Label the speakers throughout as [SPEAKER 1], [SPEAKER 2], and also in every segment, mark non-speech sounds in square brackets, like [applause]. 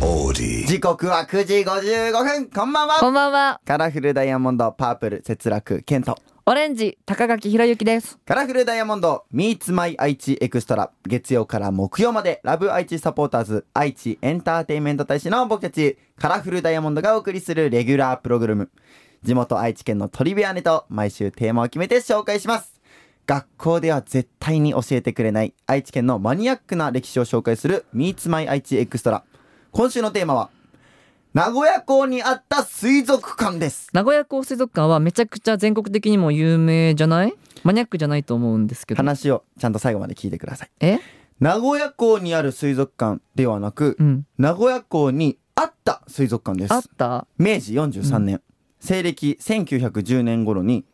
[SPEAKER 1] body.
[SPEAKER 2] 時刻は9時55分こんばん
[SPEAKER 3] こ
[SPEAKER 2] は
[SPEAKER 3] んばんは。
[SPEAKER 2] カラフルダイヤモンドパープル節楽ケント
[SPEAKER 3] オレンジ、高垣ひろゆきです。
[SPEAKER 2] カラフルダイヤモンド Meets My 愛知エクストラ月曜から木曜までラブ愛知サポーターズ愛知エンターテインメント大使の僕たちカラフルダイヤモンドがお送りするレギュラープログラム地元愛知県のトリビアネタを毎週テーマを決めて紹介します学校では絶対に教えてくれない愛知県のマニアックな歴史を紹介する Meets My 愛知エクストラ今週のテーマは名古屋港にあった水族館です
[SPEAKER 3] 名古屋港水族館はめちゃくちゃ全国的にも有名じゃないマニアックじゃないと思うんですけど。
[SPEAKER 2] 話をちゃんと最後まで聞いてください
[SPEAKER 3] え
[SPEAKER 2] 名古屋港にある水族館ではなく、
[SPEAKER 3] うん。
[SPEAKER 2] 名古屋港にあった水族館で
[SPEAKER 3] あっ
[SPEAKER 2] す
[SPEAKER 3] た
[SPEAKER 2] 明治43年、西暦1910年頃に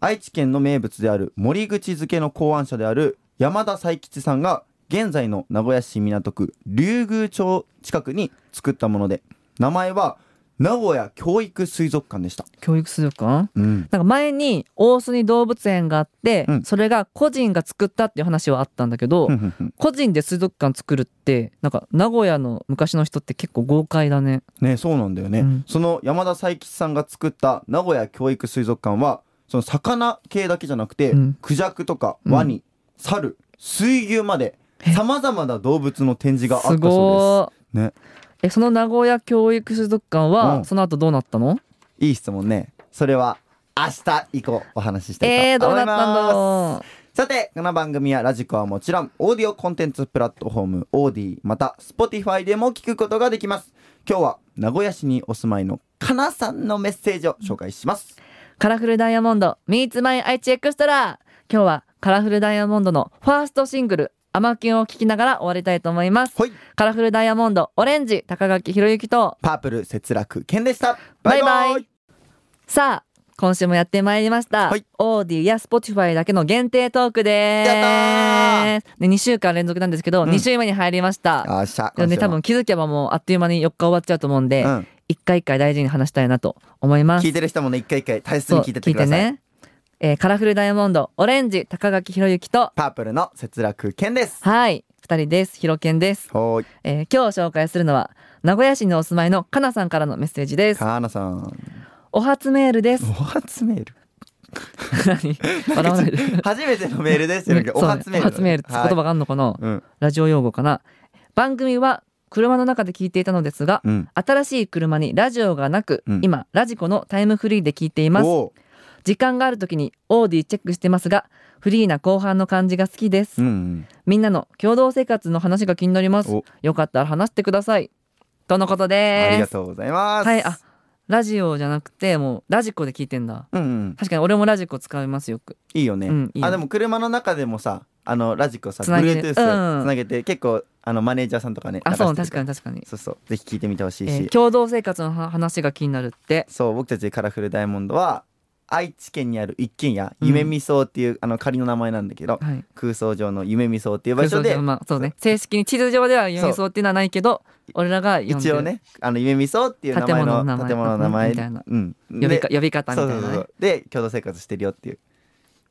[SPEAKER 2] 愛知県の名物である森口漬けの考案者である山田才吉さんが現在の名古屋市港区竜宮町近くに作ったもので名前は名古屋教育水族館でした、
[SPEAKER 3] 教育水族館
[SPEAKER 2] うん、
[SPEAKER 3] なんか前に大須に動物園があって、
[SPEAKER 2] うん
[SPEAKER 3] それが個人が作ったっていう話はあったんだけど、
[SPEAKER 2] ふんふんふん
[SPEAKER 3] 個人で水族館作るってなんか名古屋の昔の人って結構豪快だね
[SPEAKER 2] ねそうなんだよね、
[SPEAKER 3] うん
[SPEAKER 2] その山田才吉さんが作った名古屋教育水族館はその魚系だけじゃなくて、
[SPEAKER 3] うん
[SPEAKER 2] クジャクとか
[SPEAKER 3] うん
[SPEAKER 2] ワニ、猿水牛までさまざまな動物の展示があったそ
[SPEAKER 3] す
[SPEAKER 2] う
[SPEAKER 3] ご
[SPEAKER 2] ですね
[SPEAKER 3] ーえその名古屋教育水族館は、
[SPEAKER 2] うん
[SPEAKER 3] その後どうなったの
[SPEAKER 2] いい質問ねそれは明日以降お話しした
[SPEAKER 3] えー、
[SPEAKER 2] いと
[SPEAKER 3] どう
[SPEAKER 2] 思
[SPEAKER 3] なっ
[SPEAKER 2] い
[SPEAKER 3] たんだ
[SPEAKER 2] ます、
[SPEAKER 3] ろ
[SPEAKER 2] さてこの番組はラジコはもちろんオーディオコンテンツプラットフォームオーディまた Spotify でも聞くことができます今日は名古屋市にお住まいのかなさんのメッセージを紹介します
[SPEAKER 3] うカラフルダイヤモンド Meets My 愛知エクストラ今日はカラフルダイヤモンドのファーストシングル「アマキュン」を聴きながら終わりたいと思います
[SPEAKER 2] はい
[SPEAKER 3] カラフルダイヤモンドオレンジ高垣ひろゆきと
[SPEAKER 2] パープル節楽健でした。
[SPEAKER 3] バイバイさあ今週もやってまいりました、
[SPEAKER 2] はい
[SPEAKER 3] オーディや Spotify だけの限定トークで
[SPEAKER 2] やっ
[SPEAKER 3] すで2週間連続なんですけど、
[SPEAKER 2] うん
[SPEAKER 3] 2週目に入りました
[SPEAKER 2] よっしゃ。
[SPEAKER 3] でもね
[SPEAKER 2] 今週
[SPEAKER 3] 多
[SPEAKER 2] も
[SPEAKER 3] 分気づけばもうあっという間に4日終わっちゃうと思うんで、
[SPEAKER 2] うん
[SPEAKER 3] 一回一回大事に話したいなと思います
[SPEAKER 2] 聞いてる人もね一回一回大切
[SPEAKER 3] そ
[SPEAKER 2] に
[SPEAKER 3] う
[SPEAKER 2] 聞いてってください。
[SPEAKER 3] ね、えーカラフルダイヤモンドオレンジ高垣ひろゆきと
[SPEAKER 2] パープルの節楽健です。
[SPEAKER 3] はい2人ですひろけんです、
[SPEAKER 2] はーい。
[SPEAKER 3] えー今日紹介するのは名古屋市にお住まいのかなさんからのメッセージです
[SPEAKER 2] カーナさん。
[SPEAKER 3] お初メー
[SPEAKER 2] [laughs]
[SPEAKER 3] ルです
[SPEAKER 2] お初メー
[SPEAKER 3] [laughs]
[SPEAKER 2] ル。
[SPEAKER 3] 何笑わないで
[SPEAKER 2] 初めてのメールですよ。お初メール。
[SPEAKER 3] そうねお初メールって言葉があるのかな、
[SPEAKER 2] はい。うん
[SPEAKER 3] ラジオ用語かな番組は車の中で聞いていたのですが、
[SPEAKER 2] うん。
[SPEAKER 3] 新しい車にラジオがなく、
[SPEAKER 2] うん
[SPEAKER 3] 今ラジコのタイムフリーで聞いています
[SPEAKER 2] お
[SPEAKER 3] 時間がある時にオーディチェックしてますがフリーな後半の感じが好きです、
[SPEAKER 2] ー。うん。
[SPEAKER 3] みんなの共同生活の話が気になります
[SPEAKER 2] お
[SPEAKER 3] よかったら話してくださいとのことです
[SPEAKER 2] ありがとうございます。
[SPEAKER 3] はいあ。ラジオじゃなくてもうラジコで聞いてんだ
[SPEAKER 2] うんうん。
[SPEAKER 3] 確かに俺もラジコ使いますよく
[SPEAKER 2] いいよね。
[SPEAKER 3] うんいいよ
[SPEAKER 2] あでも車の中でもさあのラジコさ
[SPEAKER 3] つなげて
[SPEAKER 2] Bluetooth つ
[SPEAKER 3] うん
[SPEAKER 2] なげて結構あのマネージャーさんとかね。
[SPEAKER 3] あそう
[SPEAKER 2] 流してる
[SPEAKER 3] 確
[SPEAKER 2] ら
[SPEAKER 3] かに確かに、
[SPEAKER 2] そうそうぜひ聞いてみてほしい
[SPEAKER 3] え
[SPEAKER 2] し
[SPEAKER 3] ー。共同生活のは話が気になるって
[SPEAKER 2] そう僕たちカラフルダイヤモンドは愛知県にある一軒家
[SPEAKER 3] うん
[SPEAKER 2] 夢見荘っていう、あの仮の名前なんだけど
[SPEAKER 3] はい
[SPEAKER 2] 空想上の夢見荘っていう場所
[SPEAKER 3] 空想
[SPEAKER 2] で
[SPEAKER 3] 上まあそうね正式に地図上では読みそうっていうのはないけど俺らが読ん
[SPEAKER 2] 一
[SPEAKER 3] でる
[SPEAKER 2] 応ねあの夢見荘っていう名前の建
[SPEAKER 3] 建
[SPEAKER 2] 物の名
[SPEAKER 3] 物の名
[SPEAKER 2] 前
[SPEAKER 3] 前とかねみ
[SPEAKER 2] うん、
[SPEAKER 3] 呼びか
[SPEAKER 2] で
[SPEAKER 3] 呼び方みた
[SPEAKER 2] そ
[SPEAKER 3] いうな、ね
[SPEAKER 2] そうそうそうで共同生活してるよっていう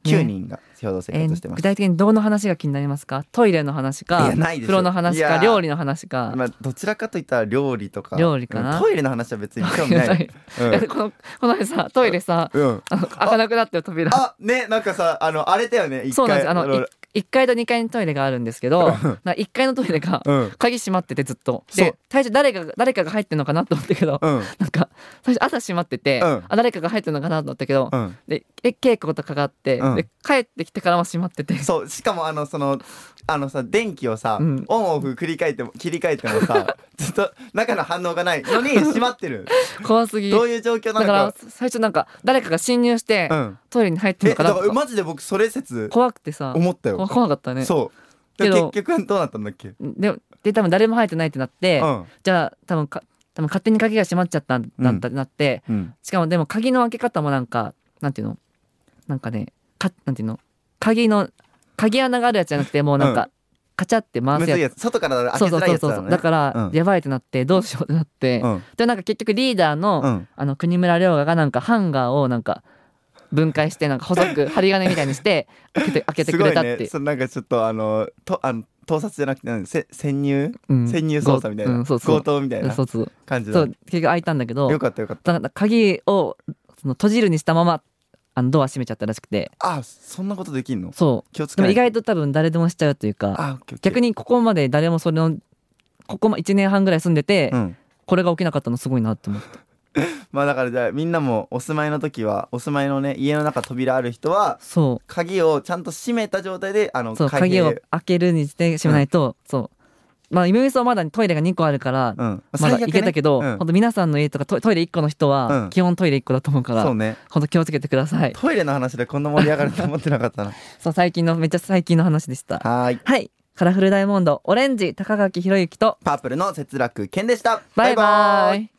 [SPEAKER 2] 9人が共同生
[SPEAKER 3] え
[SPEAKER 2] 活して
[SPEAKER 3] ー
[SPEAKER 2] ま
[SPEAKER 3] 具
[SPEAKER 2] す、
[SPEAKER 3] 体的にどの話が気になりますかトイレの話か
[SPEAKER 2] いやないでしょ
[SPEAKER 3] 風呂の話
[SPEAKER 2] い
[SPEAKER 3] か
[SPEAKER 2] や
[SPEAKER 3] 料理の話か、
[SPEAKER 2] まあ、どちらかといったら料理とか
[SPEAKER 3] 料理かな
[SPEAKER 2] うんトイレの話は別に興
[SPEAKER 3] [laughs]
[SPEAKER 2] 味ない
[SPEAKER 3] えこのこの前さトイレさ
[SPEAKER 2] うん、うん、
[SPEAKER 3] あの開かなくなったよ扉
[SPEAKER 2] あねなんかさあのあれだよね一回
[SPEAKER 3] そうなんですあのい1階と2階のトイレがあるんですけど [laughs] な1階のトイレが
[SPEAKER 2] うん
[SPEAKER 3] 鍵閉まっててずっと
[SPEAKER 2] そう
[SPEAKER 3] で最初誰かが誰かが入ってるのかなと思ったけど、
[SPEAKER 2] うん
[SPEAKER 3] なんか最初朝閉まってて、
[SPEAKER 2] うん
[SPEAKER 3] あ誰かが入ってるのかなと思ったけど、
[SPEAKER 2] うん
[SPEAKER 3] でえ稽古とかがあって、
[SPEAKER 2] うん
[SPEAKER 3] で帰ってきてからも閉まって [laughs] て
[SPEAKER 2] そうしかもあのそのあのさ電気をさ、
[SPEAKER 3] うん
[SPEAKER 2] オンオフ繰り返っても切り替えても
[SPEAKER 3] [laughs]
[SPEAKER 2] さずっと中の反応がないのに閉まってる
[SPEAKER 3] 怖すぎ
[SPEAKER 2] どう
[SPEAKER 3] だ
[SPEAKER 2] いう状況な
[SPEAKER 3] か
[SPEAKER 2] の
[SPEAKER 3] ら
[SPEAKER 2] か
[SPEAKER 3] 最初なんか誰かが侵入して、
[SPEAKER 2] うん
[SPEAKER 3] トイレに入ってる
[SPEAKER 2] え
[SPEAKER 3] のか
[SPEAKER 2] だ
[SPEAKER 3] な
[SPEAKER 2] か
[SPEAKER 3] と
[SPEAKER 2] ら
[SPEAKER 3] か
[SPEAKER 2] マジで僕それ説
[SPEAKER 3] 怖くてさ
[SPEAKER 2] 思ったよ
[SPEAKER 3] 怖、怖かったね
[SPEAKER 2] そうで
[SPEAKER 3] けど
[SPEAKER 2] 結局どうなったんだっけ、
[SPEAKER 3] でで多分誰も入ってないってなって、
[SPEAKER 2] うん
[SPEAKER 3] じゃあ多分か多分勝手に鍵が閉まっちゃったんだったなって、
[SPEAKER 2] うん、
[SPEAKER 3] しかもでも鍵の開け方もなんかなんていうのなんかねかなんていうの鍵の鍵穴があるやつじゃなくてもうなんか、
[SPEAKER 2] う
[SPEAKER 3] カチャって
[SPEAKER 2] む
[SPEAKER 3] 回す
[SPEAKER 2] ずい
[SPEAKER 3] や
[SPEAKER 2] やつ外から
[SPEAKER 3] つ
[SPEAKER 2] 開けづらいやつだ
[SPEAKER 3] そうそうそう
[SPEAKER 2] ろ
[SPEAKER 3] そうう
[SPEAKER 2] ね
[SPEAKER 3] だから
[SPEAKER 2] うん
[SPEAKER 3] やばいってなってどうしようってなって、
[SPEAKER 2] うん
[SPEAKER 3] でもなんか結局リーダーの、
[SPEAKER 2] うん
[SPEAKER 3] あの国村亮がなんかハンガーをなんか分解してなんか細く針金みたいにして開けて開けて
[SPEAKER 2] す
[SPEAKER 3] く
[SPEAKER 2] ご
[SPEAKER 3] れ
[SPEAKER 2] い
[SPEAKER 3] たってい
[SPEAKER 2] ね
[SPEAKER 3] う
[SPEAKER 2] そのなんかちょっとあのとあの盗撮じゃなくてなんだせ潜入
[SPEAKER 3] うん
[SPEAKER 2] 潜入捜査みたいな、
[SPEAKER 3] うんそうそう
[SPEAKER 2] 強盗みたいな
[SPEAKER 3] そうそう
[SPEAKER 2] 感じ
[SPEAKER 3] そ
[SPEAKER 2] だ
[SPEAKER 3] う結局開いたんだけど
[SPEAKER 2] よかったよかった
[SPEAKER 3] だから鍵をその閉じるにしたままあのドア閉めちゃったらしくて
[SPEAKER 2] あそんなことできんの
[SPEAKER 3] そ
[SPEAKER 2] 気をつ
[SPEAKER 3] うで
[SPEAKER 2] け
[SPEAKER 3] も
[SPEAKER 2] ない
[SPEAKER 3] 意外と多分誰でもしちゃうというか
[SPEAKER 2] あオッケーオッケー
[SPEAKER 3] 逆にここまで誰もそれのここも1年半ぐらい住んでて、
[SPEAKER 2] うん
[SPEAKER 3] これが起きなかったのすごいなって思って
[SPEAKER 2] まあだからじゃあみんなもお住まいの時はお住まいのね家の中扉ある人は
[SPEAKER 3] そ
[SPEAKER 2] 鍵をちゃんと閉めた状態であの
[SPEAKER 3] うそう
[SPEAKER 2] 開閉
[SPEAKER 3] 鍵を開けるにしてしまないと、そうまあ夢見そうまだトイレが2個あるから、
[SPEAKER 2] うん
[SPEAKER 3] ま
[SPEAKER 2] 最
[SPEAKER 3] だ
[SPEAKER 2] 悪ね
[SPEAKER 3] 行けたけど、
[SPEAKER 2] うん
[SPEAKER 3] 本当皆さんの家とかトトイレ1個の人
[SPEAKER 2] う
[SPEAKER 3] は
[SPEAKER 2] ん
[SPEAKER 3] 基本トイレ1個だと思うから、
[SPEAKER 2] そうね
[SPEAKER 3] 本当気をつけてください
[SPEAKER 2] トイレの話でこんな盛り上がると思ってなかった
[SPEAKER 3] [laughs]
[SPEAKER 2] な
[SPEAKER 3] そう最近のめっちゃ最近の話でした
[SPEAKER 2] はーい
[SPEAKER 3] はいカラフルダイヤモンドオレンジ高垣宏之と
[SPEAKER 2] パープルの節楽健でした
[SPEAKER 3] バイバイ